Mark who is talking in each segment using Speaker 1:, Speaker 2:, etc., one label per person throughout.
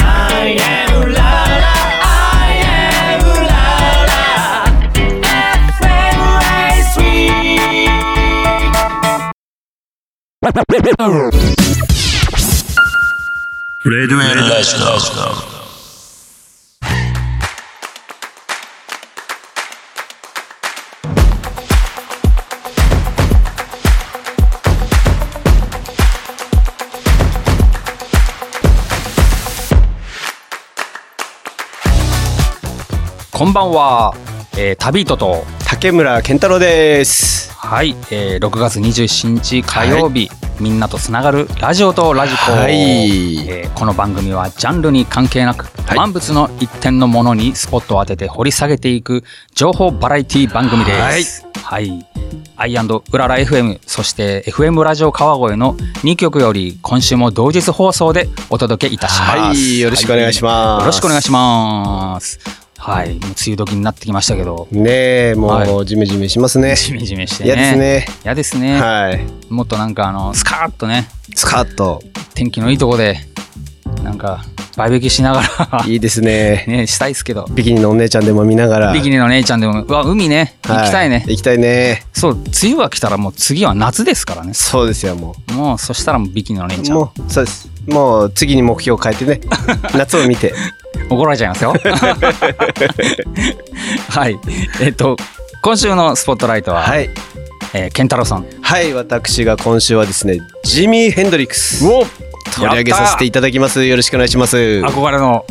Speaker 1: I am ララ I am ララ FM ライスウィー
Speaker 2: ブレードウェイライスの
Speaker 3: こんばんは、えー、旅人と
Speaker 4: 竹村健太郎です。
Speaker 3: はい、えー、6月27日火曜日、みんなとつながるラジオとラジコ、
Speaker 4: はい
Speaker 3: えーこの番組はジャンルに関係なく、
Speaker 4: い
Speaker 3: 万物の一点のものにスポットを当てて掘り下げていく情報バラエティ番組です。はい、アイうらら FM そして FM ラジオ川越の2曲より今週も同日放送でお届けいたします。
Speaker 4: はい、よろしくお願いし
Speaker 3: は
Speaker 4: ま
Speaker 3: い
Speaker 4: す。
Speaker 3: よろしくお願いします。はい、もう梅雨時になってきましたけど、
Speaker 4: す。ねえ、も
Speaker 3: は
Speaker 4: うジメジメしますね。
Speaker 3: ジメジメしてね。
Speaker 4: 嫌ですね。
Speaker 3: 嫌ですね。
Speaker 4: はい。
Speaker 3: もっとなんかあのスカーッとね
Speaker 4: スカッと
Speaker 3: 天気のいいとこでなんかバーベキューしながら
Speaker 4: いいですね。
Speaker 3: ねしたいっすけど
Speaker 4: ビキニのお姉ちゃんでも見ながら。
Speaker 3: ビキニの姉ちゃんでもうわ海ね
Speaker 4: はい
Speaker 3: 行きたいね、
Speaker 4: 行きたいね。
Speaker 3: そう梅雨が来たらもう次は夏ですからね
Speaker 4: そうですよ、も
Speaker 3: もうそしたらもうビキニの姉
Speaker 4: う。
Speaker 3: ちゃん
Speaker 4: もうそうです。もう次に目標を変えて ね。夏を見て。
Speaker 3: 怒られちゃいます よはいえっと今週のスポットライトは、
Speaker 4: はい。
Speaker 3: えー、ケンタロウさん
Speaker 4: はい、私が今週はですね、ジミー・ヘンドリックス。
Speaker 3: お
Speaker 4: 取り上げさせていただきます。よろしくお願いします。
Speaker 3: 憧れの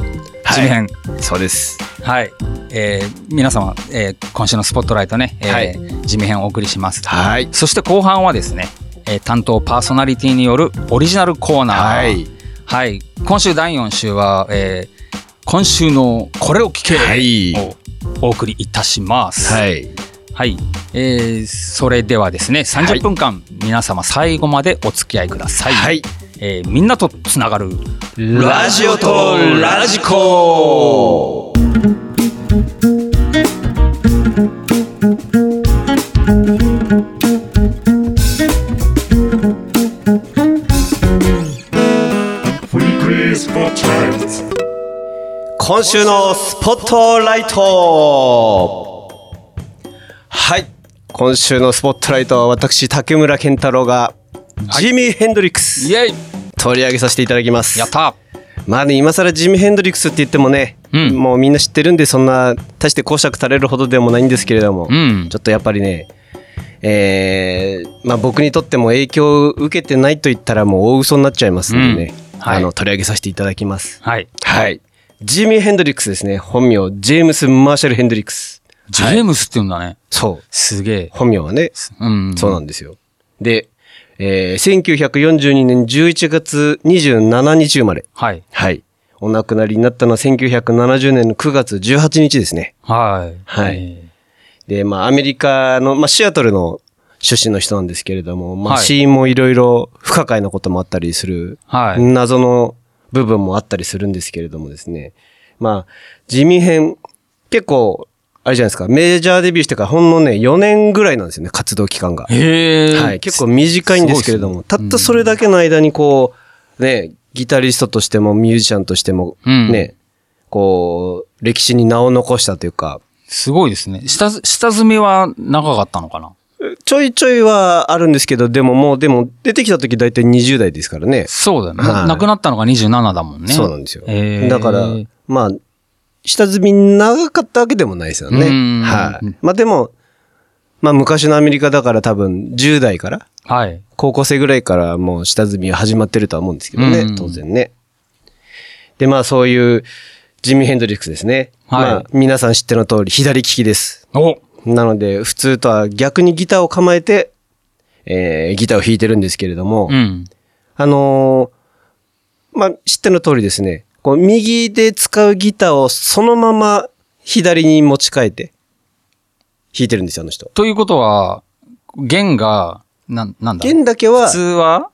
Speaker 3: 地面、
Speaker 4: そうです。
Speaker 3: はい、えー皆様、えー今週のスポットライトね、えー
Speaker 4: はい
Speaker 3: 地味編をお送りします。
Speaker 4: はい
Speaker 3: そして後半はですね、えー担当パーソナリティによるオリジナルコーナー。
Speaker 4: はい。
Speaker 3: はい今週第4週は、えー今週のこれを聞け、
Speaker 4: はい
Speaker 3: をお送りいたします。はい、
Speaker 4: い。
Speaker 3: えーそれではですね、30分間、皆様最後までお付き合いください。
Speaker 4: はい。
Speaker 3: えーみんなとつながる
Speaker 4: ラジオとラジ
Speaker 3: コ
Speaker 4: 今週のスポットライトはい今週のスポットライトは私竹村健太郎がジミー・ヘンドリックス
Speaker 3: イエイ
Speaker 4: 取り上げさせていただきます
Speaker 3: やった
Speaker 4: まあね今更ジミー・ヘンドリックスって言ってもね、
Speaker 3: うん
Speaker 4: もうみんな知ってるんでそんな大して講釈垂れるほどでもないんですけれども、
Speaker 3: うん
Speaker 4: ちょっとやっぱりねえーまあ、僕にとっても影響を受けてないと言ったらもう大嘘になっちゃいますんでね、
Speaker 3: うんはい
Speaker 4: あの取り上げさせていただきます。
Speaker 3: はい。
Speaker 4: はい。ジミー・ヘンドリックスですね。本名、ジェームス・マーシャル・ヘンドリックス。
Speaker 3: ジェームスって言うんだね。
Speaker 4: そう。
Speaker 3: すげえ。
Speaker 4: 本名はね、
Speaker 3: うん。
Speaker 4: そうなんですよ。で、えー、1942年11月27日生まれ。
Speaker 3: はい。
Speaker 4: はい。お亡くなりになったのは1970年の9月18日ですね。
Speaker 3: はい。
Speaker 4: はい
Speaker 3: え
Speaker 4: で、まあ、アメリカの、まあ、シアトルの出身の人なんですけれども、まあ、
Speaker 3: はい
Speaker 4: 死因もいろいろ不可解なこともあったりする
Speaker 3: ーはい。
Speaker 4: 謎の部分もあったりするんですけれどもですね。まあ、地味編、結構、あれじゃないですか、メジャーデビューしてからほんのね、4年ぐらいなんですよね、活動期間が。
Speaker 3: へえ。
Speaker 4: はい、結構短いんですけれども、たったそれだけの間にこう、ね、ギタリストとしてもミュージシャンとしても、
Speaker 3: うん
Speaker 4: ね、こう、歴史に名を残したというか、
Speaker 3: すごいですね。下、下積みは長かったのかな
Speaker 4: ちょいちょいはあるんですけど、でももう、でも出てきた時大体20代ですからね。
Speaker 3: そうだよね。
Speaker 4: はい
Speaker 3: 亡くなったのが27だもんね。
Speaker 4: そうなんですよ。
Speaker 3: へー
Speaker 4: だから、まあ、下積み長かったわけでもないですよね
Speaker 3: うん。
Speaker 4: はい。まあでも、まあ昔のアメリカだから多分10代から、
Speaker 3: はい。
Speaker 4: 高校生ぐらいからもう下積みは始まってるとは思うんですけどね、
Speaker 3: うん
Speaker 4: 当然ね。で、まあそういうジミー・ヘンドリックスですね。
Speaker 3: はい
Speaker 4: まあ皆さん知っての通り左利きです。
Speaker 3: お
Speaker 4: なので普通とは逆にギターを構えて、えー、ギターを弾いてるんですけれども、
Speaker 3: うん。
Speaker 4: あのーまあ、知っての通りですね、こう右で使うギターをそのまま左に持ち替えて弾いてるんですよ、あの人。
Speaker 3: ということは、弦が、なん、なんだ
Speaker 4: 弦だけは
Speaker 3: 普通、は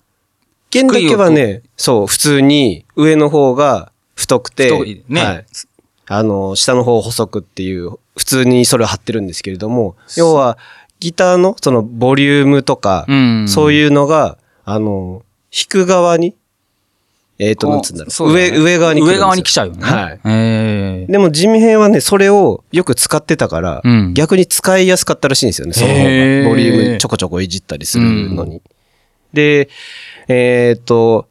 Speaker 4: 弦だけはね、そう、普通に上の方が太くて、
Speaker 3: 太いね
Speaker 4: はい、あのー、下の方細くっていう、普通にそれを貼ってるんですけれども、要は、ギターのそのボリュームとか、
Speaker 3: うん。
Speaker 4: そう
Speaker 3: う。
Speaker 4: いうのが、あのー、弾く側にえっと、
Speaker 3: こう
Speaker 4: なんつうんだろ。
Speaker 3: そううだ
Speaker 4: 上、
Speaker 3: ね
Speaker 4: 上側に来るんです
Speaker 3: 上側に来ちゃうよね。
Speaker 4: はい。
Speaker 3: ええ
Speaker 4: でも、地味編はね、それをよく使ってたから、
Speaker 3: うん
Speaker 4: 逆に使いやすかったらしいんですよね、その方
Speaker 3: へー
Speaker 4: が。ボリュームちょこちょこいじったりするのに。で、えっ、と、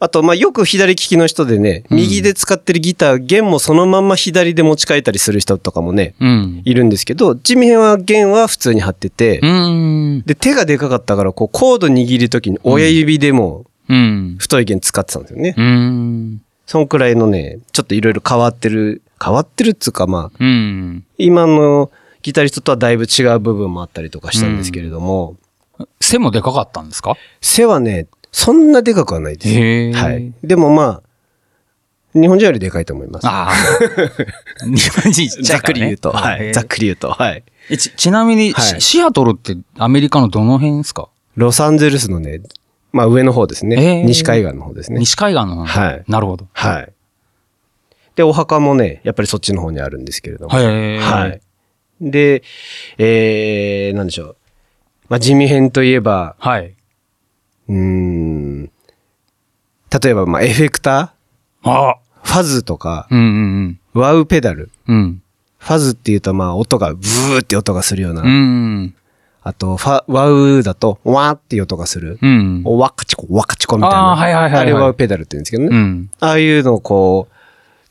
Speaker 4: あと、まあ、よく左利きの人でね、右で使ってるギター、弦もそのまんま左で持ち替えたりする人とかもね、
Speaker 3: うん。
Speaker 4: いるんですけど、地味編は弦は普通に張ってて、
Speaker 3: うん。
Speaker 4: で、手がでかかったから、こう、コード握るときに親指でも
Speaker 3: うん。
Speaker 4: 太い弦使ってたんですよね。
Speaker 3: うん。
Speaker 4: そんくらいのね、ちょっといろいろ変わってる、変わってるっつうか、まあ、
Speaker 3: うん。
Speaker 4: 今のギタリストとはだいぶ違う部分もあったりとかしたんですけれども、
Speaker 3: 背もでかかったんですか
Speaker 4: 背はね、そんなでかくはないです。
Speaker 3: へー
Speaker 4: はい。でもまあ、日本人よりでかいと思います。
Speaker 3: ああ。 日本人ちっち
Speaker 4: ざ
Speaker 3: ゃ
Speaker 4: っ
Speaker 3: いから
Speaker 4: くり
Speaker 3: ね
Speaker 4: 言うと、はい。ざっくり言うと、はい。
Speaker 3: えちちなみに、
Speaker 4: はい
Speaker 3: シシアトルってアメリカのどの辺ですか
Speaker 4: ロサンゼルスのね、まあ上の方ですね。
Speaker 3: へー
Speaker 4: 西海岸の方ですね。
Speaker 3: 西海岸の方、
Speaker 4: はい
Speaker 3: なるほど。
Speaker 4: はい。で、お墓もね、やっぱりそっちの方にあるんですけれども。
Speaker 3: へー
Speaker 4: はい。で、えー、なんでしょう。まあ、地味編といえば、
Speaker 3: はい。
Speaker 4: うーん。例えば、まあ、エフェクタ
Speaker 3: ああ。
Speaker 4: ー、ファズとか、
Speaker 3: うんうん
Speaker 4: ワウペダル。
Speaker 3: うん。うん。
Speaker 4: ファズっていうと、まあ、音がブーって音がするような。
Speaker 3: うん。
Speaker 4: あと、ファ、ワウだと、ワーっていう音がする。
Speaker 3: うん。
Speaker 4: おワカチコ、ワカチコみたいな。
Speaker 3: あーはいはいはいはい
Speaker 4: あれワウペダルって言うんですけどね。
Speaker 3: うん。
Speaker 4: ああいうのをこう、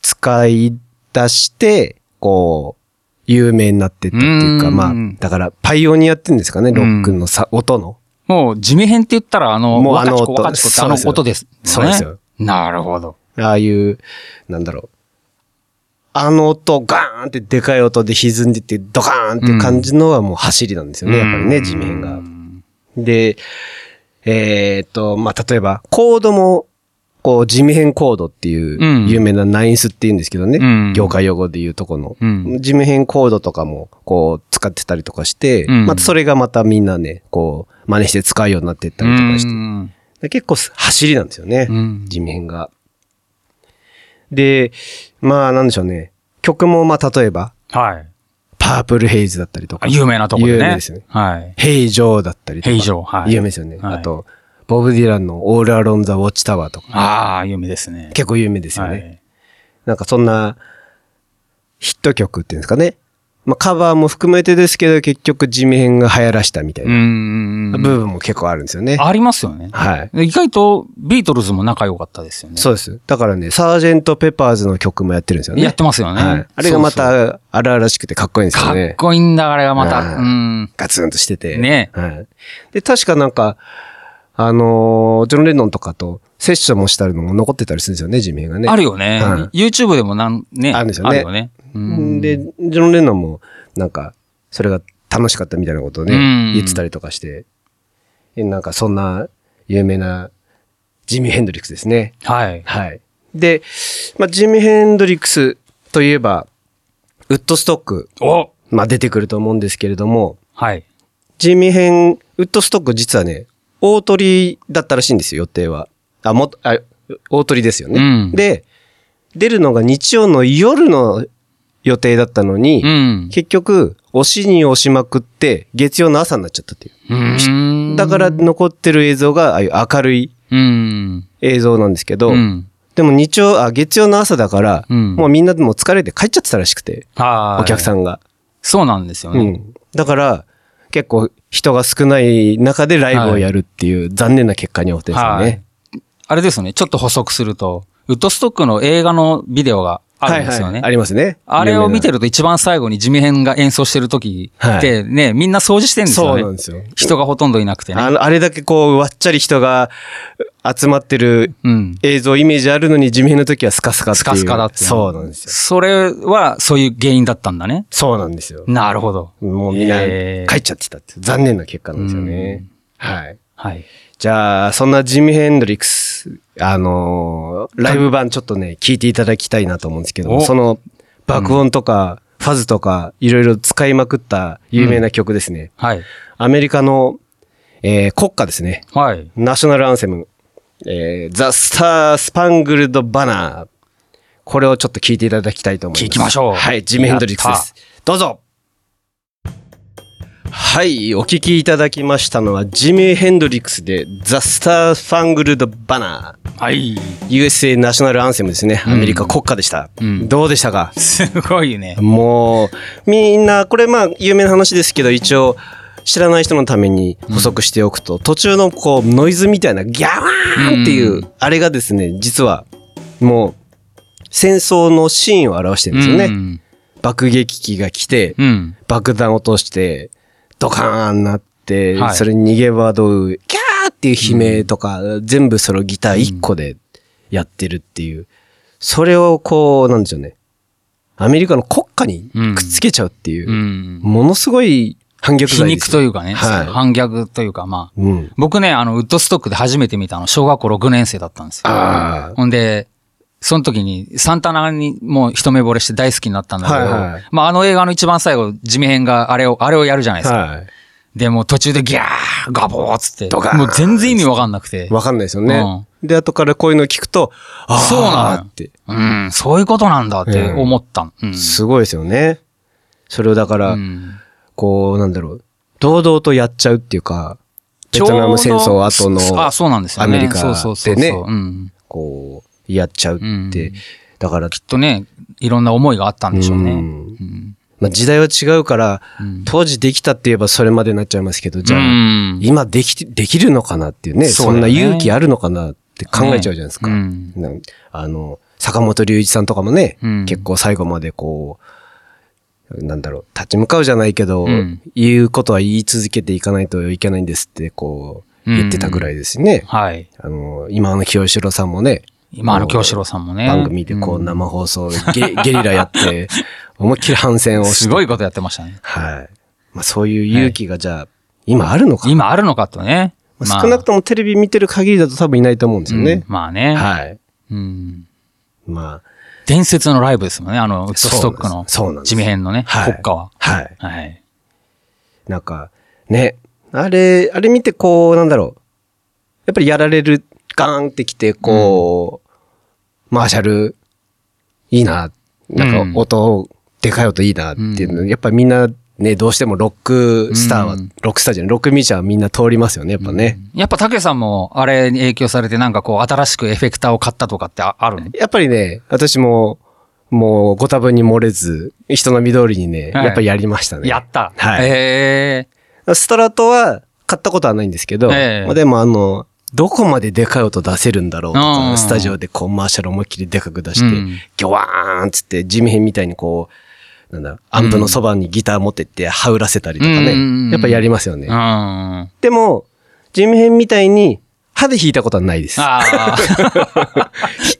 Speaker 4: 使い出して、こう、有名になってったっていうか、
Speaker 3: うん
Speaker 4: まあ、だから、パイオニアって言うんですかね、ロックのさ、音の。
Speaker 3: もう、地味編って言ったら、あの、
Speaker 4: もう
Speaker 3: ワ
Speaker 4: あ
Speaker 3: カ
Speaker 4: の
Speaker 3: チコ
Speaker 4: 音
Speaker 3: ワカチコってあの音です、ね。
Speaker 4: そうですよそうで
Speaker 3: なるほど。
Speaker 4: ああいう、なんだろう。あの音、ガーンってでかい音で歪んでて、ドカーンって感じのはもう走りなんですよね、やっぱりね、地面が。で、えーっと、まあ、例えば、コードも、こう、地面コードっていうう、
Speaker 3: ん
Speaker 4: 有名なナインスっていうんですけどね、
Speaker 3: うん
Speaker 4: 業界用語で言うとこの、
Speaker 3: うん
Speaker 4: 地面コードとかも、こう、使ってたりとかして、
Speaker 3: うん
Speaker 4: またそれがまたみんなね、こう、真似して使うようになってった
Speaker 3: う
Speaker 4: りとかして、
Speaker 3: ん。
Speaker 4: で結構す走りなんですよね。
Speaker 3: うん
Speaker 4: 地面が。で、まあなんでしょうね。曲もまあ例えば、
Speaker 3: はい。
Speaker 4: パープルヘイズだったりとか。
Speaker 3: 有名なとこでね。
Speaker 4: 有名ですよね。
Speaker 3: はい。
Speaker 4: 平常だったりとか。
Speaker 3: 平常はい
Speaker 4: 有名ですよね。
Speaker 3: はい
Speaker 4: あと、ボブ・ディランのオール・アロン・ザ・ウォッチ・タワーとか。
Speaker 3: ああ、有名ですね。
Speaker 4: 結構有名ですよ
Speaker 3: は
Speaker 4: ね。
Speaker 3: い。
Speaker 4: なんかそんなヒット曲っていうんですかね。まあカバーも含めてですけど、結局地面が流行らしたみたいうなん部。分も結構あるんですよね。
Speaker 3: ありますよね。
Speaker 4: はい。
Speaker 3: 意外と、ビートルズも仲良かったですよね。
Speaker 4: そうです。だからね、サージェント・ペパーズの曲もやってるんですよね。
Speaker 3: やってますよね。
Speaker 4: はい。あれがま
Speaker 3: そうそう、
Speaker 4: た荒々しくてかっこいいんですよ
Speaker 3: かっ
Speaker 4: ね。
Speaker 3: こいいんだ、あれがまた。
Speaker 4: う
Speaker 3: うんん。
Speaker 4: ガツンとしてて。
Speaker 3: ね
Speaker 4: はい。で、確かなんか、あのージョン・レノンとかとセッションもしたのも残ってたりするんですよね、地面がね。
Speaker 3: あるよね
Speaker 4: うん。
Speaker 3: YouTube でもなん、ね。
Speaker 4: あるんですよね
Speaker 3: うん
Speaker 4: で、ジョン・レノンも、なんか、それが楽しかったみたいなことをね、
Speaker 3: うん
Speaker 4: 言ってたりとかして、えなんかそんな有名なジミー・ヘンドリックスですね。
Speaker 3: はい。
Speaker 4: はい。で、まあ、ジミー・ヘンドリックスといえば、ウッドストック、
Speaker 3: お
Speaker 4: まあ、出てくると思うんですけれども、
Speaker 3: はい。
Speaker 4: ジミー編、ウッドストック実はね、大鳥だったらしいんですよ、予定は。あ、もっと、あ、大鳥ですよね。
Speaker 3: うん
Speaker 4: で、出るのが日曜の夜の予定だったのに、
Speaker 3: うん。
Speaker 4: 結局、押しに押しまくって、月曜の朝になっちゃったっていう。
Speaker 3: うん
Speaker 4: だから、残ってる映像が、ああいう明るい
Speaker 3: うん。
Speaker 4: 映像なんですけ
Speaker 3: う
Speaker 4: ど、
Speaker 3: ん。
Speaker 4: でも日曜、あ、月曜の朝だから、
Speaker 3: うん
Speaker 4: もうみんなもう疲れて帰っちゃってたらしくて、
Speaker 3: はい。
Speaker 4: お客さ
Speaker 3: ん。
Speaker 4: んが。
Speaker 3: そうなんですよ
Speaker 4: う
Speaker 3: ね。
Speaker 4: ん。だから、結構人が少ない中でライブをやるっていう残念な結果に終わってるんですよね。
Speaker 3: あれですよね。ちょっと補足すると、ウッドストックの映画のビデオがあるんですよね。
Speaker 4: はいはいありますね。
Speaker 3: あれを見て
Speaker 4: る
Speaker 3: ると一番最後に地味編が演奏してる時ってね、みんな掃除してるんですよ
Speaker 4: そう
Speaker 3: ね。
Speaker 4: なんですよ。
Speaker 3: 人がほとんどいなくてね。
Speaker 4: あの、あれだけこう、わっちゃり人が集まってる
Speaker 3: うん。
Speaker 4: 映像、イメージあるのに、地面の時はスカスカってい
Speaker 3: ス
Speaker 4: う。
Speaker 3: カスカだって。
Speaker 4: そうなんですよ。
Speaker 3: それは、そういう原因だったんだね。
Speaker 4: そうなんですよ。
Speaker 3: なるほど。
Speaker 4: もうみんな
Speaker 3: へー
Speaker 4: 帰っちゃってたっていう残念な結果なんですよね。はい。
Speaker 3: はい。
Speaker 4: じゃあ、そんなジム・ヘンドリックス、あのーライブ版ちょっとね、聞いていただきたいなと思うんですけども、
Speaker 3: お
Speaker 4: その爆音とか、ファズとか、いろいろ使いまくった有名な曲ですね。
Speaker 3: はい。
Speaker 4: アメリカの、えー国歌ですね。
Speaker 3: はい。
Speaker 4: ナショナルアンセム、えー、ザ・スター・スパングルド・バナー。これをちょっと聞いていただきたいと思います。
Speaker 3: 聞きましょう
Speaker 4: はい、ジム・ヘンドリックスです。どうぞはい、お聞きいただきましたのは、ジム・ヘンドリックスで、ザ・スター・スパングルド・バナー。
Speaker 3: はい。
Speaker 4: USA ナショナルアンセムですね。
Speaker 3: うん
Speaker 4: アメリカ国歌でした。
Speaker 3: うん
Speaker 4: どうでしたか
Speaker 3: すごいね。
Speaker 4: もう、みんな、これまあ、有名な話ですけど、一応、知らない人のために補足しておくと、途中のこう、ノイズみたいな、ギャワーンっていう、
Speaker 3: う
Speaker 4: あれがですね、実は、もう、戦争のシーンを表してるんですよね。
Speaker 3: うん。
Speaker 4: 爆撃機が来て、
Speaker 3: うん。
Speaker 4: 爆弾落として、ドカーンなって、
Speaker 3: はい
Speaker 4: それに逃げ惑う、キャーっていう悲鳴とか、全部それをギター1個でやってるっていう。それをこう、なんでしょうね。アメリカの国家にくっつけちゃうっていう、
Speaker 3: うん。
Speaker 4: ものすごい反逆
Speaker 3: 皮
Speaker 4: 罪で
Speaker 3: 肉
Speaker 4: す
Speaker 3: と
Speaker 4: よ。
Speaker 3: いうかね、
Speaker 4: はい
Speaker 3: 反逆というか、まあ、
Speaker 4: うん。
Speaker 3: 僕ね、あの、ウッドストックで初めて見たの、小学校6年生だったんですよ。
Speaker 4: あ
Speaker 3: ほんで、その時に、サンタナにもう一目惚れして大好きになったんだけど、
Speaker 4: はいはい
Speaker 3: まあ、あの映画の一番最後、地味編があれを、あれをやるじゃないです
Speaker 4: あ。
Speaker 3: か。
Speaker 4: は
Speaker 3: で、もう途中でギャー、ガボーっつって
Speaker 4: ドカー、ン
Speaker 3: もう全然意味わかんなくて
Speaker 4: い。、わかんないですよね。で、後からこういうの聞くと、あー
Speaker 3: そうなのよ
Speaker 4: って。
Speaker 3: うん、そういうことなんだって思ったのうん。
Speaker 4: すごいですよね。それをだから、
Speaker 3: うん
Speaker 4: こう、なんだろう、堂々とやっちゃうっていうか、ベトナム戦争後の、
Speaker 3: あ、そうなんですよ、
Speaker 4: ア
Speaker 3: ね。
Speaker 4: メリカ
Speaker 3: そうそうそう
Speaker 4: でね
Speaker 3: そううん。
Speaker 4: こう、やっちゃうって、
Speaker 3: うん
Speaker 4: だから、
Speaker 3: きっとね、いろんな思いがあったんでしょうね。
Speaker 4: うん
Speaker 3: うん
Speaker 4: まあ、時代は違うから、
Speaker 3: うん
Speaker 4: 当時できたって言えばそれまでになっちゃいますけど、じゃあ、
Speaker 3: うん
Speaker 4: 今できて、できるのかなっていうね、
Speaker 3: そ
Speaker 4: そ
Speaker 3: うんだよ
Speaker 4: な
Speaker 3: ね
Speaker 4: 勇気あるのかなって考えちゃうじゃないですか。
Speaker 3: うん
Speaker 4: なんあの、坂本龍一さんとかもね、
Speaker 3: うん
Speaker 4: 結構最後までこう、なんだろう、立ち向かうじゃないけど、
Speaker 3: うん
Speaker 4: 言うことは言い続けていかないといけないんですって、こう、言ってたぐらいですね。
Speaker 3: はい。
Speaker 4: あの、今の清志郎さんもね、
Speaker 3: 今あの京志郎さんもね。
Speaker 4: 番組でこう
Speaker 3: うん
Speaker 4: 生放送、ゲゲリラや って、思いっきり反戦をして。
Speaker 3: すごいことやってましたね。
Speaker 4: はい。まあそういう勇気がじゃあ、今あるのか。
Speaker 3: 今あるのかとね。
Speaker 4: まあ少なく
Speaker 3: と
Speaker 4: ともテレビ見てる限りだと多分いないと思うんですよね。
Speaker 3: まあね。
Speaker 4: はい。
Speaker 3: うん
Speaker 4: ま
Speaker 3: 伝説のライブですもんね。あの、ウッドストックの
Speaker 4: そうなんですそうなんです
Speaker 3: 地味編のね、
Speaker 4: はい
Speaker 3: 国家は
Speaker 4: あ、。はい。
Speaker 3: はい。
Speaker 4: なんか、ね、あれ、あれ見てこう、なんだろう。やっぱりやられる、ガーンってきて、こう、マーシャル、いいな。な
Speaker 3: うんん
Speaker 4: か音、でかい音いいなっていうの、
Speaker 3: う
Speaker 4: やっぱみんなね、どうしてもロックスターは、
Speaker 3: うん
Speaker 4: ロックスターじゃない、ロックミュージシャンはみんな通りますよね、やっぱね。
Speaker 3: やっぱ竹さんもあれに影響されてなんかこう新しくエフェクターを買ったとかってああるの
Speaker 4: やっぱりね、私も、もうご多分に漏れず、人の緑にね、
Speaker 3: はい
Speaker 4: やっぱりやりましたね。
Speaker 3: やった。
Speaker 4: はい
Speaker 3: え
Speaker 4: ストラトは買ったことはないんですけど、
Speaker 3: ええ
Speaker 4: まあでもあの、どこまででかい音出せるんだろうと
Speaker 3: う
Speaker 4: か、
Speaker 3: ん
Speaker 4: スタジオでこうマーシャル思いっきりでかく出して、
Speaker 3: うん
Speaker 4: ギョワーンっつって、地味編みたいにこう、なんだ、アンプのそばにギター持ってって羽織らせたりとかね、
Speaker 3: うん
Speaker 4: やっぱやりますよ
Speaker 3: え
Speaker 4: ね。
Speaker 3: うん。
Speaker 4: でも、地味編みたいに歯で弾いたことはないです。あ
Speaker 3: あ あ。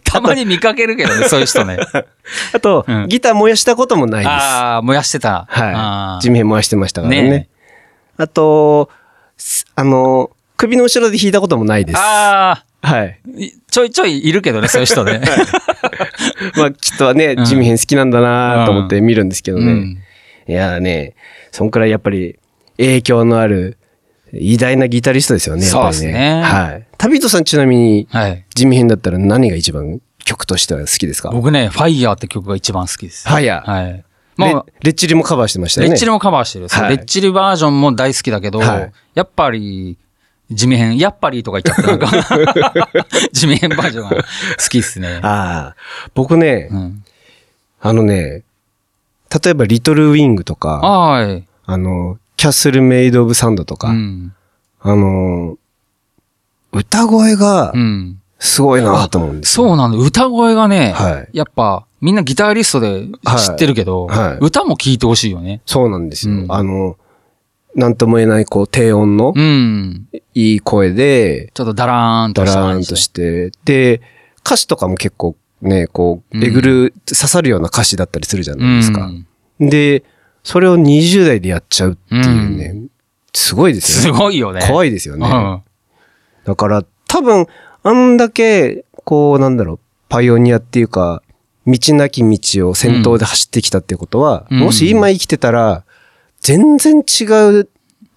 Speaker 3: たまに見かけるけどね、そういう人ね。
Speaker 4: と、
Speaker 3: うん
Speaker 4: ギター燃やしたこともないです。
Speaker 3: ああ、燃やしてた。あ
Speaker 4: は
Speaker 3: ー
Speaker 4: い。地味編燃やしてましたからね。
Speaker 3: ね
Speaker 4: あと、すあの、首の後ろで弾いたこともないです。
Speaker 3: あ
Speaker 4: はい。
Speaker 3: あ、いちょいちょいいるけどね、そういう人ね。
Speaker 4: まあ、きっとはね
Speaker 3: うん、
Speaker 4: ジミヘン好きなんだなと思って見るんですけどね。
Speaker 3: うん
Speaker 4: いやーね、そんくらいやっぱり影響のある偉大なギタリストですよね、やっぱりね。
Speaker 3: そうですね
Speaker 4: はい。旅人さんちなみに、
Speaker 3: はい。
Speaker 4: ジミヘンだったら何が一番曲としては好きですか
Speaker 3: 僕ね、ファイヤーって曲が一番好きです。
Speaker 4: はや、
Speaker 3: はい。
Speaker 4: レ
Speaker 3: もう、
Speaker 4: レッチリもカバーしてましたよ
Speaker 3: レ
Speaker 4: ね。
Speaker 3: ッチリもカバーしてる。そう
Speaker 4: はい
Speaker 3: レッチリバージョンも大好きだけど、
Speaker 4: はい
Speaker 3: やっぱり、地味編、やっぱりとか言っちゃって、なんか、地味編バージョンが好きですね。
Speaker 4: ああ。僕ね、
Speaker 3: うん、
Speaker 4: あのね、例えばリトルウィングとか、あ
Speaker 3: はい。
Speaker 4: の、キャッスルメイドオブサンドとか、
Speaker 3: うん。
Speaker 4: あのー歌声が
Speaker 3: うん。
Speaker 4: すごいなと思うんですよ
Speaker 3: そうなんだ。歌声がね、
Speaker 4: はい
Speaker 3: やっぱ、みんなギタリストで知ってるけど、
Speaker 4: はいはい
Speaker 3: 歌も聴いてほしいよね。
Speaker 4: そうなんですよ。
Speaker 3: うん
Speaker 4: あの、なんとも言えない、こう、低音の
Speaker 3: うん。
Speaker 4: いい声で、
Speaker 3: ちょっとダラーン
Speaker 4: ダ
Speaker 3: とした
Speaker 4: ラー
Speaker 3: 感
Speaker 4: ン
Speaker 3: じ
Speaker 4: として、で、歌詞とかも結構ね、こう、えぐる、刺さるような歌詞だったりするじゃないですか
Speaker 3: う。ん
Speaker 4: で、それを20代でやっちゃうっていうね、
Speaker 3: う
Speaker 4: すごいです
Speaker 3: す
Speaker 4: よね。
Speaker 3: ごいよね。
Speaker 4: 怖
Speaker 3: い
Speaker 4: いですよね。だから、多分、あんだけ、こう、なんだろう、パイオニアっていうか、道なき道を先頭で走ってきたってことは、
Speaker 3: うん
Speaker 4: もし今生きてたら、全然違う、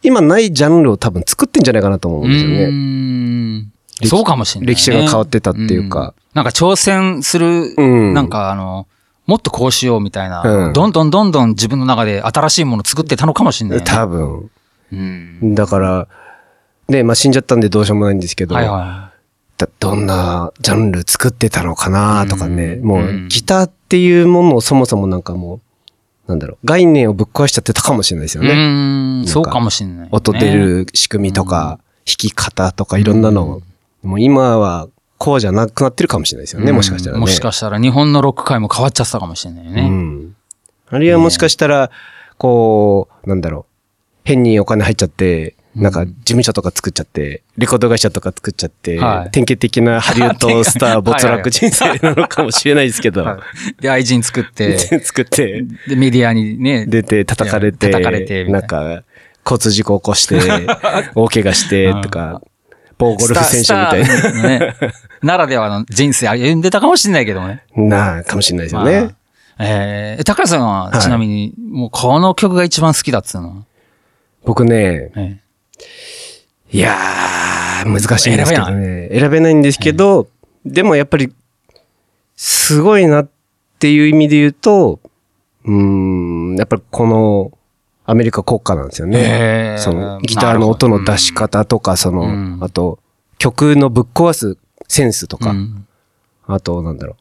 Speaker 4: 今ないジャンルを多分作ってんじゃないかなと思う
Speaker 3: うん
Speaker 4: ですよね。
Speaker 3: ん。
Speaker 4: 歴
Speaker 3: そうかもしれない、ね。
Speaker 4: 歴史が変わってたっていうか
Speaker 3: んなんか挑戦する、
Speaker 4: うん
Speaker 3: なんかあの、もっとこうしようみたいな、
Speaker 4: うん
Speaker 3: どんどんどんどん自分の中で新しいものを作ってたのかもしれない、ね。
Speaker 4: 多分。
Speaker 3: うん。
Speaker 4: だから、ね、まあ死んじゃったんでどうしようもないんですけど、
Speaker 3: はいは
Speaker 4: だどんなジャンル作ってたのかなとかね、
Speaker 3: うん
Speaker 4: も
Speaker 3: うん
Speaker 4: うギターっていうものをそもそもなんかもう、なんだろう、概念をぶっ壊しちゃってたかもしれないですよ
Speaker 3: う
Speaker 4: ね。
Speaker 3: ーん、そうかもしれない、
Speaker 4: 音出。る仕組みとか、弾き方とかいろんなのを、もう今はこうじゃなくなってるかもしれないですよね、もしかしたらね。
Speaker 3: もしかしたら日本のロック界も変わっちゃってたかもしれないよ
Speaker 4: う
Speaker 3: ね。
Speaker 4: ん。あるいはもしかしたら、こう、なんだろう。変にお金入っちゃって、なんか事務所とか作っちゃって、レコード会社とか作っちゃって、
Speaker 3: はい
Speaker 4: 典型的なハリウッドスター没
Speaker 3: はいはいは
Speaker 4: 落
Speaker 3: い
Speaker 4: 人生なのかもしれないですけど、
Speaker 3: で、愛人作って、
Speaker 4: 作って、
Speaker 3: で、メディアにね、
Speaker 4: 出て叩かれて、
Speaker 3: 叩かれてみた
Speaker 4: ないん
Speaker 3: な
Speaker 4: か、交通事故起こして、 大怪我して、とか、某ゴルフ選手みたい
Speaker 3: スタースター ね、ならではの人生歩んでたかもしれないけどもね。
Speaker 4: な、な、かもしれないですよね。
Speaker 3: まあえー、高橋さんは、
Speaker 4: はい
Speaker 3: ちなみに、もうこの曲が一番好きだっつうのは。
Speaker 4: 僕ね、
Speaker 3: ええ
Speaker 4: いやー、難しいんですけどね。選べないんですけど、でもやっぱり、すごいなっていう意味で言うと、うーん、やっぱりこの、アメリカ国家なんですよ
Speaker 3: へ
Speaker 4: ね
Speaker 3: ー。
Speaker 4: その、ギターの音の出し方とか、その、
Speaker 3: うん
Speaker 4: あと、曲のぶっ壊すセンスとか、
Speaker 3: うん
Speaker 4: あと、なんだろ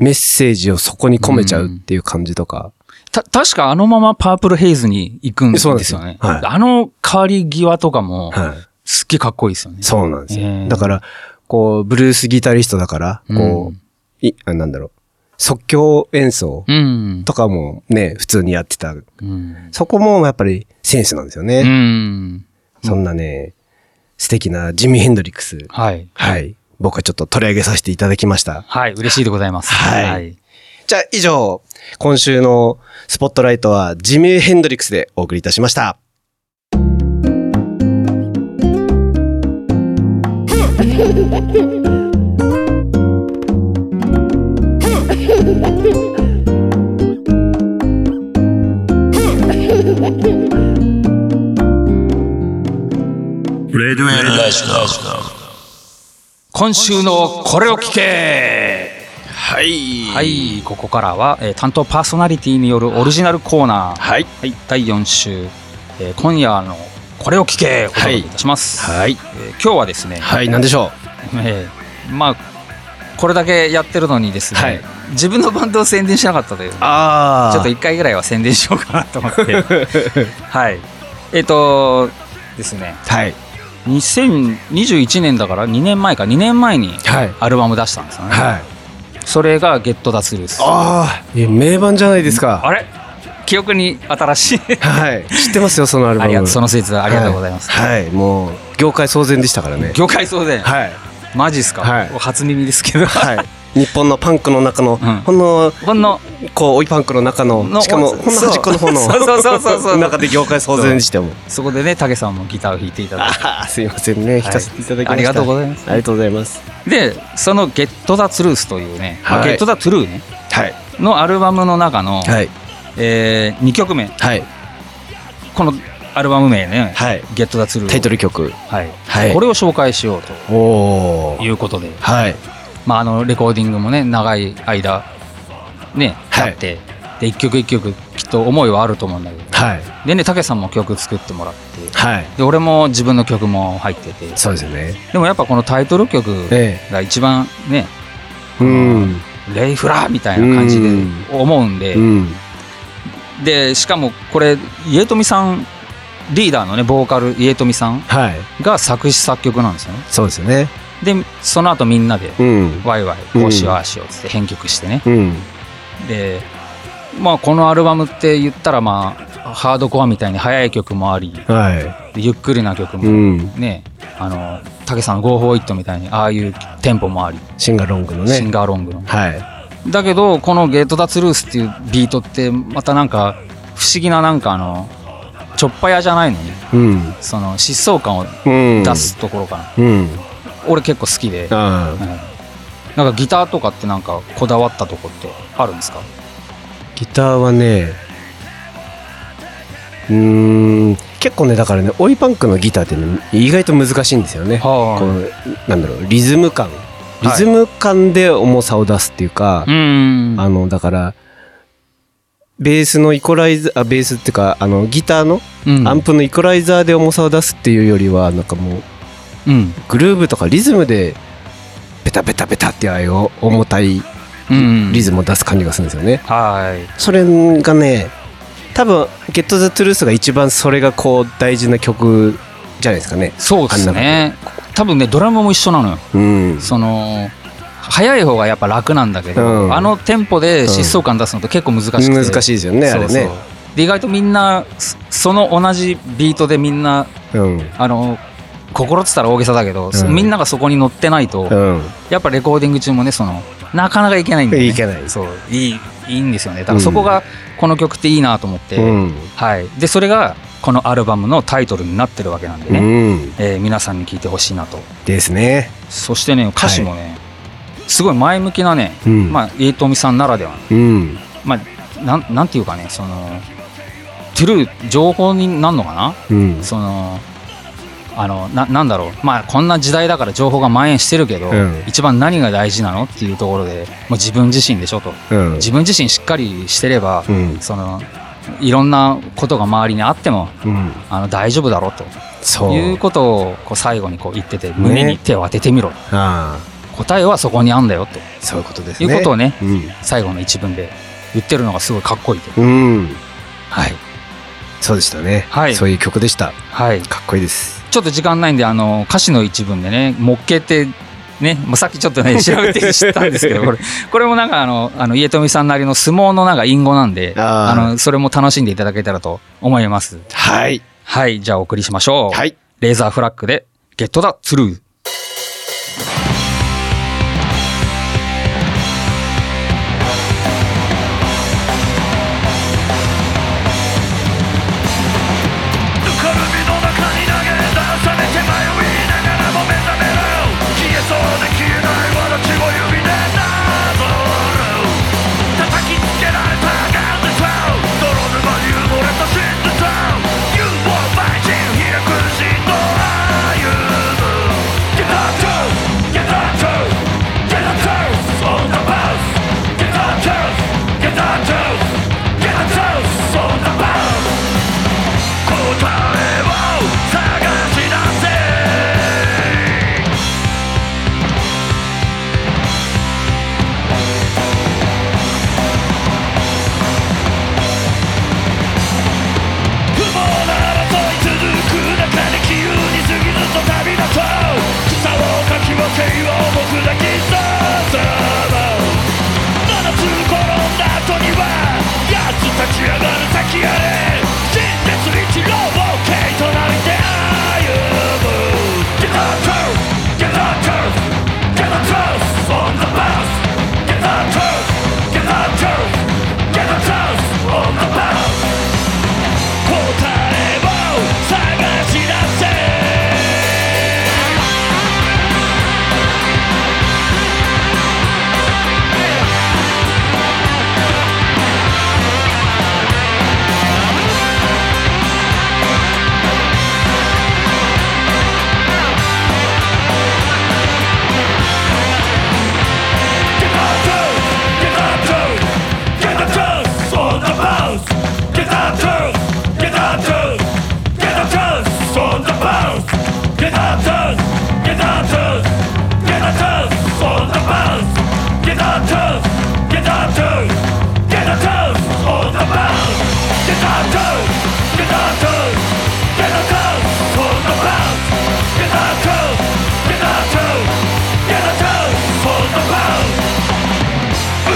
Speaker 4: う、メッセージをそこに込めちゃうっていう感じとか、
Speaker 3: た、確かあのままパープルヘイズに行くんですよね。
Speaker 4: そうなんですよはい
Speaker 3: あの変わり際とかも、
Speaker 4: はい。
Speaker 3: すっげえかっこいいですよね。
Speaker 4: そうなんです
Speaker 3: え
Speaker 4: よ。
Speaker 3: ー
Speaker 4: だから、こう、ブルースギタリストだから、
Speaker 3: う
Speaker 4: こ
Speaker 3: ん
Speaker 4: う、い、あなんだろう、即興演奏
Speaker 3: うん。
Speaker 4: とかもね、普通にやってた。
Speaker 3: うん。
Speaker 4: そこもやっぱりセンスなんですよ
Speaker 3: う
Speaker 4: ね。
Speaker 3: ん。
Speaker 4: そんなね、素敵なジミー・ヘンドリックス。
Speaker 3: はい。
Speaker 4: はい。僕はちょっと取り上げさせていただきました。
Speaker 3: はい。嬉しいでございます。
Speaker 4: はいじゃあ、以上、今週のスポットライトはジミー・ヘンドリックスでお送りいたしました。
Speaker 2: Radio Lesnar.
Speaker 3: 今週のこれを聞け
Speaker 5: はい。
Speaker 3: はい。ここからは、えー担当パーソナリティによるオリジナルコーナー。
Speaker 5: はい。
Speaker 3: はい。第4週、えー今夜のこれを聞けお届けいたします。
Speaker 4: はい。
Speaker 3: えー今日はですね、
Speaker 4: はい、なんでしょ
Speaker 3: えーまあ、これだけやってるのにですね、
Speaker 4: はい
Speaker 3: 自分のバンドを宣伝しなかったという。
Speaker 4: うあ
Speaker 3: ちょっと
Speaker 4: ちょっ
Speaker 3: 1回ぐらいは宣伝しようかなと思 って。はい。えっ、と、ですね、
Speaker 4: と、はい。
Speaker 3: 2021年だから2年前か、2年前に
Speaker 4: はい。
Speaker 3: アルバム出したんですよね。
Speaker 4: はい。
Speaker 3: それが Get That Loose。
Speaker 4: ああ、いや名盤じゃないですか。
Speaker 3: あれ記憶に新し い。
Speaker 4: はい。知ってますよ、そのアルバ
Speaker 3: あ
Speaker 4: ム。
Speaker 3: りがとう、その説はありがとうございます。
Speaker 4: はい、はいもう、業界騒然でしたからね。
Speaker 3: 業界相談、
Speaker 4: はい。
Speaker 3: マジっすか、
Speaker 4: はい
Speaker 3: 初耳ですけど。
Speaker 4: はい。日本のパンクの中の、
Speaker 3: ん
Speaker 4: ほんの、
Speaker 3: ほんの、
Speaker 4: こう、追いパンクの中の、
Speaker 3: の
Speaker 4: しかも、
Speaker 3: そう
Speaker 4: ほんの端っこの方の、
Speaker 3: そうそうそうそうそう
Speaker 4: 中で業界騒然でしたもん。
Speaker 3: そこでね、武さんもギターを弾いていただい
Speaker 4: ああ、すいませんね。弾かせていただきました。
Speaker 3: ありがとうございます
Speaker 4: ありがとうございます。
Speaker 3: て。で、その Get That Loose というね、
Speaker 4: はい
Speaker 3: ゲッ Get That True ね、
Speaker 4: はい。
Speaker 3: のアルバムの中の、
Speaker 4: はい。
Speaker 3: え2曲目、
Speaker 4: はい。
Speaker 3: このアルバム名ね、
Speaker 4: はい。
Speaker 3: ゲットダツル
Speaker 4: タイトル曲。
Speaker 3: はい、
Speaker 4: はい
Speaker 3: これを紹介しようと
Speaker 4: お
Speaker 3: い
Speaker 4: ー。
Speaker 3: うことで、
Speaker 4: はい。
Speaker 3: まあ、あのレコーディングもね長い間ね
Speaker 4: はい
Speaker 3: やって、で一曲一曲きっと思いはあると思うんだけど
Speaker 4: はい。
Speaker 3: でねたけさんも曲作ってもらって
Speaker 4: はい。
Speaker 3: で俺も自分の曲も入ってて
Speaker 4: そうですよね。
Speaker 3: でもやっぱこのタイトル曲
Speaker 4: え
Speaker 3: が一番ね
Speaker 4: え。うん。
Speaker 3: レイフラーみたいな感じで思うんで、
Speaker 4: うん。
Speaker 3: でしかもこれ家富さんリーダーのねボーカル家富さん
Speaker 4: はい。
Speaker 3: が作詞作曲なんですよね
Speaker 4: そうですよね。
Speaker 3: でその後みんなで
Speaker 4: うん。
Speaker 3: ワイワイこうしようああしようっつって編曲してね、
Speaker 4: うん。
Speaker 3: でまあこのアルバムって言ったらまあハードコアみたいに速い曲もあり
Speaker 4: は
Speaker 3: ゆっくりな曲
Speaker 4: い。う
Speaker 3: も
Speaker 4: ん。
Speaker 3: ねあの武さんの「GoForIt」みたいにああいうテンポもあり、
Speaker 4: シンガーロングの
Speaker 3: シン
Speaker 4: ね。
Speaker 3: ガーロングの
Speaker 4: はい。
Speaker 3: だけどこの「ゲート・ダツ・ルース」っていうビートってまたなんか不思議ななんかあのちょっぱやじゃないのに
Speaker 4: うん。
Speaker 3: その疾走感を
Speaker 4: うん。
Speaker 3: 出。すところかな、
Speaker 4: うん。
Speaker 3: 俺結構好きで、
Speaker 4: あ
Speaker 3: う
Speaker 4: あ。
Speaker 3: んなんかギターとかってなんかこだわったとこってあるんですか
Speaker 4: ギターはね、うーん、結構ね、だからね、オイパンクのギターってね、意外と難しいんですよね。
Speaker 3: はあ
Speaker 4: こう、なんだろう、リズム感。リズム感で重さを出すっていうか
Speaker 3: う、ーん。
Speaker 4: あの、だから、ベースのイコライザー、あベースっていうか、あの、ギターの
Speaker 3: うん
Speaker 4: アンプのイコライザーで重さを出すっていうよりは、なんかもう、
Speaker 3: うん。
Speaker 4: グルーブとかリズムでペタペタペタってああいう重たい
Speaker 3: うん
Speaker 4: リズムを出す感じがするんですよね。
Speaker 3: はい
Speaker 4: それがね、多分、ゲット・ザ・トゥルースが一番それがこう大事な曲じゃないですかね。
Speaker 3: そうですね多分ねドラムも一緒なのよ
Speaker 4: うん。
Speaker 3: その早い方がやっぱ楽なんだけど、
Speaker 4: うん
Speaker 3: あのテンポで疾走感出すのって結構難しくて、
Speaker 4: 難しいですよね、あれ
Speaker 3: そう
Speaker 4: ね
Speaker 3: そう。で意外とみんなそその同じビートでみんな
Speaker 4: うん。
Speaker 3: あの心って言ったら大げさだけど、
Speaker 4: うん
Speaker 3: みんながそこに乗ってないと、
Speaker 4: うん。
Speaker 3: やっぱレコーディング中もねそのなかなかいけないんで、ね、
Speaker 4: いけない
Speaker 3: そういいいいんですよねだからそこがこの曲っていいなと思って、
Speaker 4: うん。
Speaker 3: はい、でそれがこのアルバムのタイトルになってるわけなんでね、
Speaker 4: うん。
Speaker 3: えー皆さんに聴いてほしいなと
Speaker 4: ですね。
Speaker 3: そしてね歌詞もね、すごい前向きなね、
Speaker 4: うん
Speaker 3: まあ、家富さんならではの
Speaker 4: うん。
Speaker 3: まあ、なんなんていうかねそのトゥルー情報になるのかな
Speaker 4: うん。
Speaker 3: そのあのななんだろうまあこんな時代だから情報が蔓延してるけど、
Speaker 4: うん
Speaker 3: 一番何が大事なのっていうところでもう自分自身でしょと
Speaker 4: うん。
Speaker 3: 自分自身しっかりしてれば、
Speaker 4: うん
Speaker 3: そのいろんなことが周りにあっても
Speaker 4: うん。
Speaker 3: あの大丈夫だろうと
Speaker 4: そ
Speaker 3: いうう。ことをこう最後にこう言ってて胸に手を当ててみろ、
Speaker 4: あ
Speaker 3: 答えはそこにあんだよと
Speaker 4: あ。そういうことです
Speaker 3: いう
Speaker 4: ね。
Speaker 3: ことをね
Speaker 4: うん。
Speaker 3: 最後の一文で言ってるのがすごいかっこいいと、
Speaker 4: うん。
Speaker 3: はい
Speaker 4: そうでしたね。
Speaker 3: はい
Speaker 4: そういう曲でした。
Speaker 3: はい、
Speaker 4: かっこいいです。
Speaker 3: ちょっと時間ないんであの歌詞の一文でね「模型」ってね、まあ、さっきちょっとね調べて知ったんですけ どこれこれもなんかあのあの家富さんなりの相撲のなんか隠語なんで
Speaker 4: あ
Speaker 3: あ
Speaker 4: ー
Speaker 3: のそれも楽しんでいただけたらと思います
Speaker 4: はい。
Speaker 3: はいじゃあお送りしましょう、
Speaker 4: はい。
Speaker 3: レーザーフラッグで「ゲットだトゥルー」
Speaker 1: ぬかるみの中に投げ出されて迷いながらも目覚めろ消えそうで消えない私を指でなぞる叩きつけられたガンでさ泥沼に埋もれた真実さ You won't find you 開く心の歩む Get up to Get up to Get up to On the bus Get up to Get up to Get up to On the bus 答えを探し出せ不毛な争い続く中で自由に過ぎずと旅立とう草をかき分けよう僕だけさ七つ転んだ後には奴立ち上がる先やれ真実一郎を毛隣で歩む Get the truth, get the truth, get the truth on the bus Get the truth, get the truth, get the truth on the bus 答えを探し出せ胸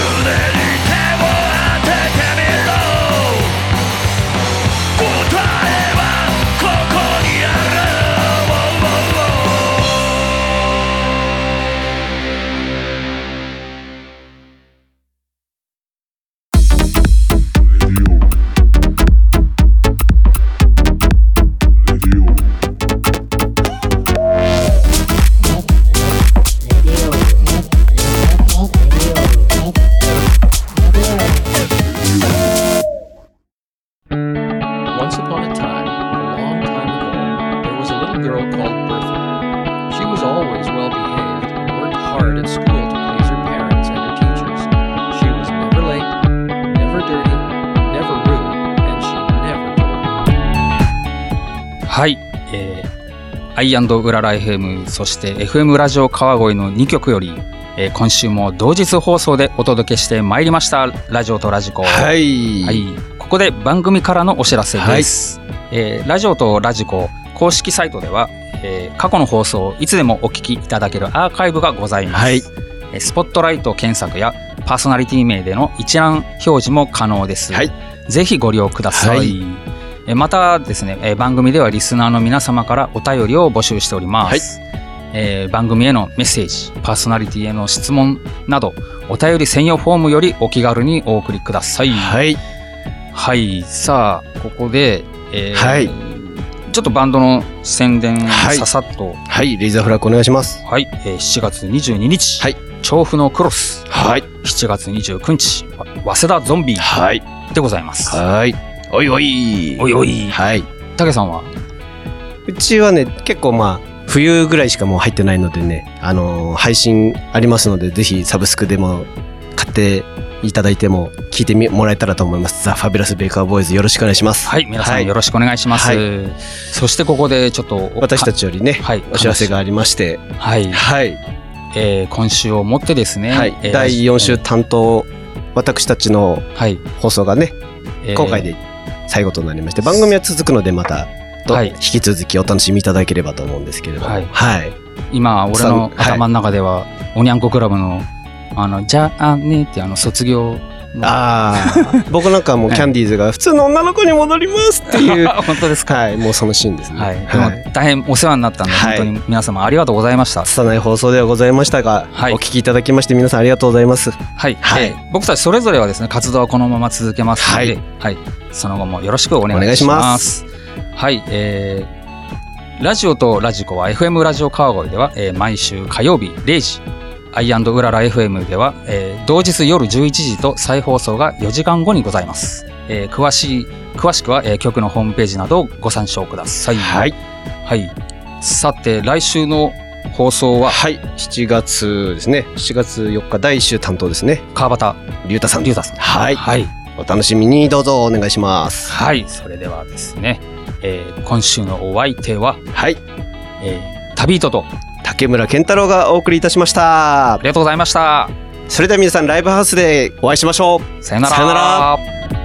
Speaker 1: に手を当ててみろ答えはここにある
Speaker 3: はい、えーアイウララ FM そして FM ラジオ川越の2曲より、えー今週も同日放送でお届けしてまいりましたラジオとラジコ、
Speaker 4: はい。
Speaker 3: はい、ここで番組からのお知らせです、えーラジオとラジコ公式サイトでは、えー過去の放送をいつでもお聞きいただけるアーカイブがございます、
Speaker 4: はい
Speaker 3: えースポットライト検索やパーソナリティ名での一覧表示も可能です、
Speaker 4: はい
Speaker 3: ぜひご利用ください、
Speaker 4: はい
Speaker 3: えーまたですね、えー番組ではリスナーの皆様からお便りを募集しております、えー番組へのメッセージパーソナリティへの質問などお便り専用フォームよりお気軽にお送りください、
Speaker 4: はい。
Speaker 3: はい、さあここで、えー
Speaker 4: はい
Speaker 3: ちょっとバンドの宣伝
Speaker 4: はい
Speaker 3: ささっと、はい
Speaker 4: はい。レイザーフラッグお願いします。
Speaker 3: えー7月22日、
Speaker 4: はい
Speaker 3: 調布のクロス
Speaker 4: はい。
Speaker 3: 7月29日わ早稲田ゾンビ
Speaker 4: はい。
Speaker 3: でございます。
Speaker 4: はい。おいおい。
Speaker 3: おいおい
Speaker 4: はい。
Speaker 3: たけさんは
Speaker 4: うちはね、結構まあ、冬ぐらいしかもう入ってないのでね、あのー配信ありますので、ぜひサブスクでも買っていただいても、聞いてみもらえたらと思います。ザ・ファビュラス・ベイカーボーイズ、よろしくお願いします。
Speaker 3: はい皆さんよ
Speaker 4: ろ
Speaker 3: ろしくお願いします。
Speaker 4: はい
Speaker 3: そしてここでちょっとお
Speaker 4: 私たちよりね、
Speaker 3: はい
Speaker 4: お知らせがありまして、
Speaker 3: はい、
Speaker 4: はい。
Speaker 3: えー今週をもってですね、
Speaker 4: はい
Speaker 3: えー
Speaker 4: 第4週担当、私たちの
Speaker 3: はい、
Speaker 4: 放送がね、
Speaker 3: えー
Speaker 4: 今回で最後となりまして、番組は続くので、また、と
Speaker 3: はい
Speaker 4: 引き続きお楽しみいただければと思うんですけれども、
Speaker 3: はい
Speaker 4: はい。
Speaker 3: 今俺の
Speaker 4: さんはい
Speaker 3: 頭の中では、おにゃんこクラブのあのじゃあねってあの卒業の
Speaker 4: ああ 僕なんかはもうキャンディーズが普通の女の子に戻りますっていう
Speaker 3: 本当ですか
Speaker 4: はいもうそのシーンですね
Speaker 3: はい、で
Speaker 4: はい、
Speaker 3: も大変お世話になったんで、
Speaker 4: はい
Speaker 3: 本当に皆様ありがとうございました。
Speaker 4: 拙い放送ではございましたが、
Speaker 3: はい
Speaker 4: お聞きいただきまして皆さんありがとうございます
Speaker 3: はい、
Speaker 4: はい
Speaker 3: えー僕たちそれぞれはですね、活動はこのまま続けますので、はい、その後もよろしくお願いします。はい、えーラジオとラジコは FM ラジオ川越では、えー毎週火曜日0時、アイウララ FM では、えー同日夜11時と再放送が4時間後にございます。えー詳しい詳しくは、えー局のホームページなどをご参照ください。
Speaker 4: はい
Speaker 3: はい。さて、来週の放送は
Speaker 4: はい7月ですね7月4日第1週担当ですね
Speaker 3: 川端
Speaker 4: 龍太さん
Speaker 3: 龍太さん。
Speaker 4: はい
Speaker 3: はい。
Speaker 4: お楽しみにどうぞお願いします
Speaker 3: はい。それではですね、えー今週のお相手は、
Speaker 4: はい
Speaker 3: えー、旅人と、
Speaker 4: 竹村健太郎がお送りいたしまし
Speaker 3: あ
Speaker 4: た
Speaker 3: りがとうございました。
Speaker 4: それでは皆さんライブハウスでお会いしましょう
Speaker 3: さよなら。
Speaker 4: さよなら